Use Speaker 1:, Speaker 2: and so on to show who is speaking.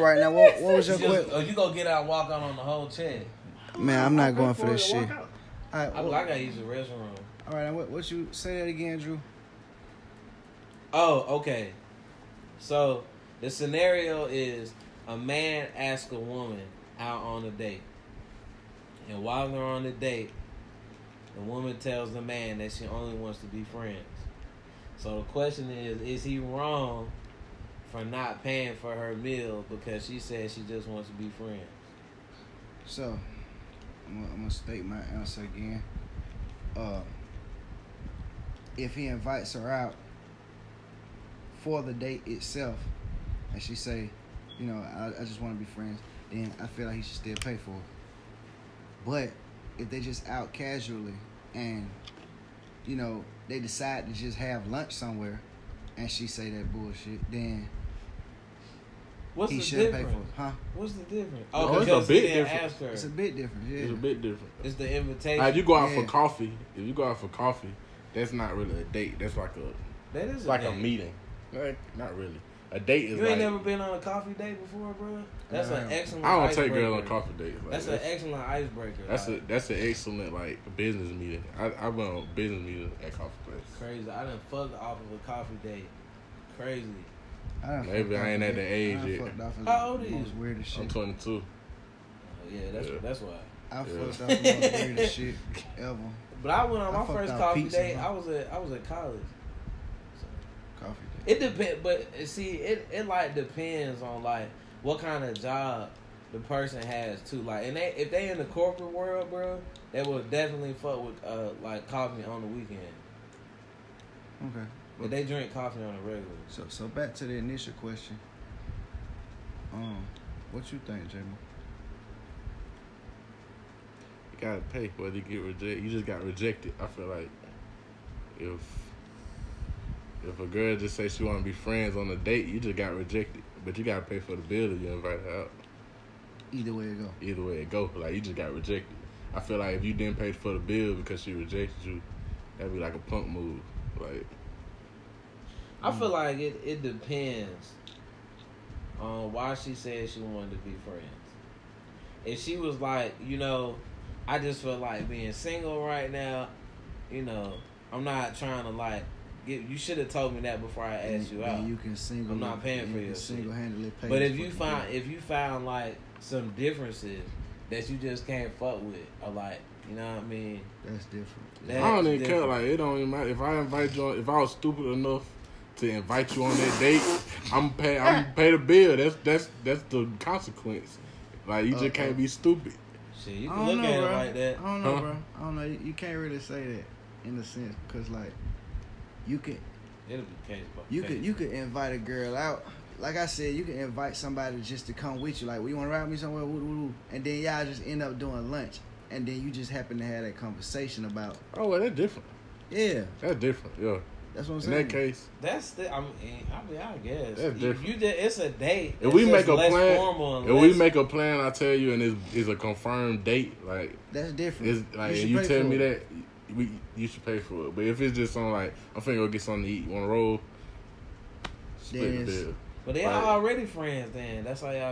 Speaker 1: right now. What, what was your
Speaker 2: Just-
Speaker 1: quick?
Speaker 2: oh, you gonna get out and walk out on the whole chin.
Speaker 1: Man, I'm not going for
Speaker 3: Before
Speaker 1: this
Speaker 3: you
Speaker 1: shit.
Speaker 3: walk out.
Speaker 1: All
Speaker 2: I,
Speaker 1: right,
Speaker 2: I
Speaker 1: what,
Speaker 2: gotta use the restroom.
Speaker 1: all right. now What, what you say that again, Drew?
Speaker 2: Oh, okay. So the scenario is a man asks a woman out on a date. And while they're on the date, the woman tells the man that she only wants to be friends. So the question is, is he wrong for not paying for her meal because she said she just wants to be friends?
Speaker 1: So, I'm gonna, I'm gonna state my answer again. Uh, if he invites her out for the date itself, and she say, you know, I, I just want to be friends, then I feel like he should still pay for it. But if they just out casually and, you know, they decide to just have lunch somewhere, and she say that bullshit, then
Speaker 2: What's
Speaker 1: he
Speaker 2: the
Speaker 1: should
Speaker 2: difference?
Speaker 1: pay for it, huh?
Speaker 2: What's the difference?
Speaker 3: No,
Speaker 2: Oh,
Speaker 3: it's a
Speaker 2: because
Speaker 3: big
Speaker 2: he didn't
Speaker 3: difference.
Speaker 2: ask her. It's,
Speaker 1: It's a bit different. Yeah.
Speaker 3: It's a bit different.
Speaker 2: the invitation.
Speaker 3: Now, if you go out for
Speaker 1: Yeah.
Speaker 3: coffee, if you go out for coffee, that's not really a date. That's like a
Speaker 2: that is
Speaker 3: it's
Speaker 2: a
Speaker 3: like a
Speaker 2: date.
Speaker 3: meeting. Like, not really. A date is
Speaker 2: You ain't
Speaker 3: like
Speaker 2: never been on a coffee date before, bro. That's
Speaker 1: Nah.
Speaker 2: an excellent.
Speaker 3: I don't take
Speaker 2: icebreaker.
Speaker 3: girl on coffee dates. Like,
Speaker 2: That's an excellent icebreaker.
Speaker 3: that's a
Speaker 2: like,
Speaker 3: that's an excellent like business meeting. I I went on business meeting at coffee place.
Speaker 2: crazy. I done fucked off of a coffee date. Crazy.
Speaker 1: I done
Speaker 3: Maybe
Speaker 1: fucked
Speaker 3: I ain't
Speaker 1: off
Speaker 3: at the
Speaker 1: of-
Speaker 3: age
Speaker 1: I done
Speaker 3: yet.
Speaker 1: fucked off of
Speaker 2: How old
Speaker 1: the
Speaker 2: are you?
Speaker 1: most weirdest
Speaker 3: I'm
Speaker 1: shit.
Speaker 3: 22.
Speaker 2: Oh, yeah, that's
Speaker 3: Yeah.
Speaker 2: that's why.
Speaker 1: I
Speaker 3: Yeah.
Speaker 1: fucked off the most weirdest shit ever.
Speaker 2: But I went on
Speaker 1: I
Speaker 2: my
Speaker 1: fucked
Speaker 2: first
Speaker 1: off
Speaker 2: coffee
Speaker 1: pizza,
Speaker 2: date.
Speaker 1: huh?
Speaker 2: I was at I was at college. So,
Speaker 1: Coffee date.
Speaker 2: it depend, but uh, see, it it like depends on like what kind of job the person has too. Like, and they if they in the corporate world, bro, they will definitely fuck with uh like coffee on the weekend.
Speaker 1: Okay.
Speaker 2: But they drink coffee on the regular.
Speaker 1: So so back to the initial question. Um, what you think, J-Mo?
Speaker 3: You gotta pay whether you get rejected. You just got rejected. I feel like if if a girl just say she want to be friends on a date, you just got rejected. But you gotta pay for the bill if you invite her out.
Speaker 1: Either way it go.
Speaker 3: Either way it go, like you just got rejected. I feel like if you didn't pay for the bill because she rejected you, that'd be like a punk move. Like
Speaker 2: I
Speaker 1: Mm.
Speaker 2: feel like it, it depends on why she said she wanted to be friends. If she was like, you know, I just feel like being single right now, you know, I'm not trying to like get you should have told me that before I asked you
Speaker 1: Then
Speaker 2: out.
Speaker 1: you can single.
Speaker 2: I'm not paying
Speaker 1: you
Speaker 2: for your
Speaker 1: can
Speaker 2: shit.
Speaker 1: single handedly pay.
Speaker 2: But
Speaker 1: this
Speaker 2: if you
Speaker 1: fucking
Speaker 2: find
Speaker 1: bill.
Speaker 2: if you found like some differences that you just can't fuck with or like, you know what I mean?
Speaker 1: that's different.
Speaker 2: That-
Speaker 3: I don't even care.
Speaker 2: different.
Speaker 3: Like it don't even matter if I invite you. On, if I was stupid enough to invite you on that date, I'm pay. I'm pay the bill. That's that's that's the consequence. Like you just
Speaker 1: Uh-oh.
Speaker 3: can't be stupid.
Speaker 2: Shit, you
Speaker 1: I don't
Speaker 2: can look
Speaker 1: know,
Speaker 2: at
Speaker 1: bro.
Speaker 2: it like that.
Speaker 1: I don't know,
Speaker 3: Huh?
Speaker 1: bro. I don't know. You, you can't really say that in a sense because like you can
Speaker 2: It'll be case by
Speaker 1: You
Speaker 2: case.
Speaker 1: could you could invite a girl out. Like I said, you can invite somebody just to come with you. Like, well, you want to ride me somewhere? Woo, woo, woo. And then y'all just end up doing lunch, and then you just happen to have that conversation about,
Speaker 3: Oh well, that's different.
Speaker 1: yeah,
Speaker 3: That's different. Yeah.
Speaker 1: that's what I'm
Speaker 3: In
Speaker 1: saying.
Speaker 3: that case,
Speaker 2: That's the. I mean, I, mean, I guess
Speaker 3: That's
Speaker 2: you,
Speaker 3: different.
Speaker 2: you did. It's a date.
Speaker 3: if
Speaker 2: It's
Speaker 3: we
Speaker 2: just
Speaker 3: make a
Speaker 2: less formal
Speaker 3: plan,
Speaker 2: and
Speaker 3: if
Speaker 2: less-
Speaker 3: we make a plan, I tell you, and it's, it's a confirmed date. Like
Speaker 1: that's different.
Speaker 3: it's like
Speaker 1: should
Speaker 3: you,
Speaker 1: pay
Speaker 3: tell
Speaker 1: for
Speaker 3: me
Speaker 1: it.
Speaker 3: that we you should pay for it. But if it's just on like I'm finna go get something to eat, want to roll, split
Speaker 1: Then
Speaker 3: the
Speaker 1: it's-
Speaker 3: bill.
Speaker 2: but they
Speaker 3: like-
Speaker 2: are already friends. Then that's how y'all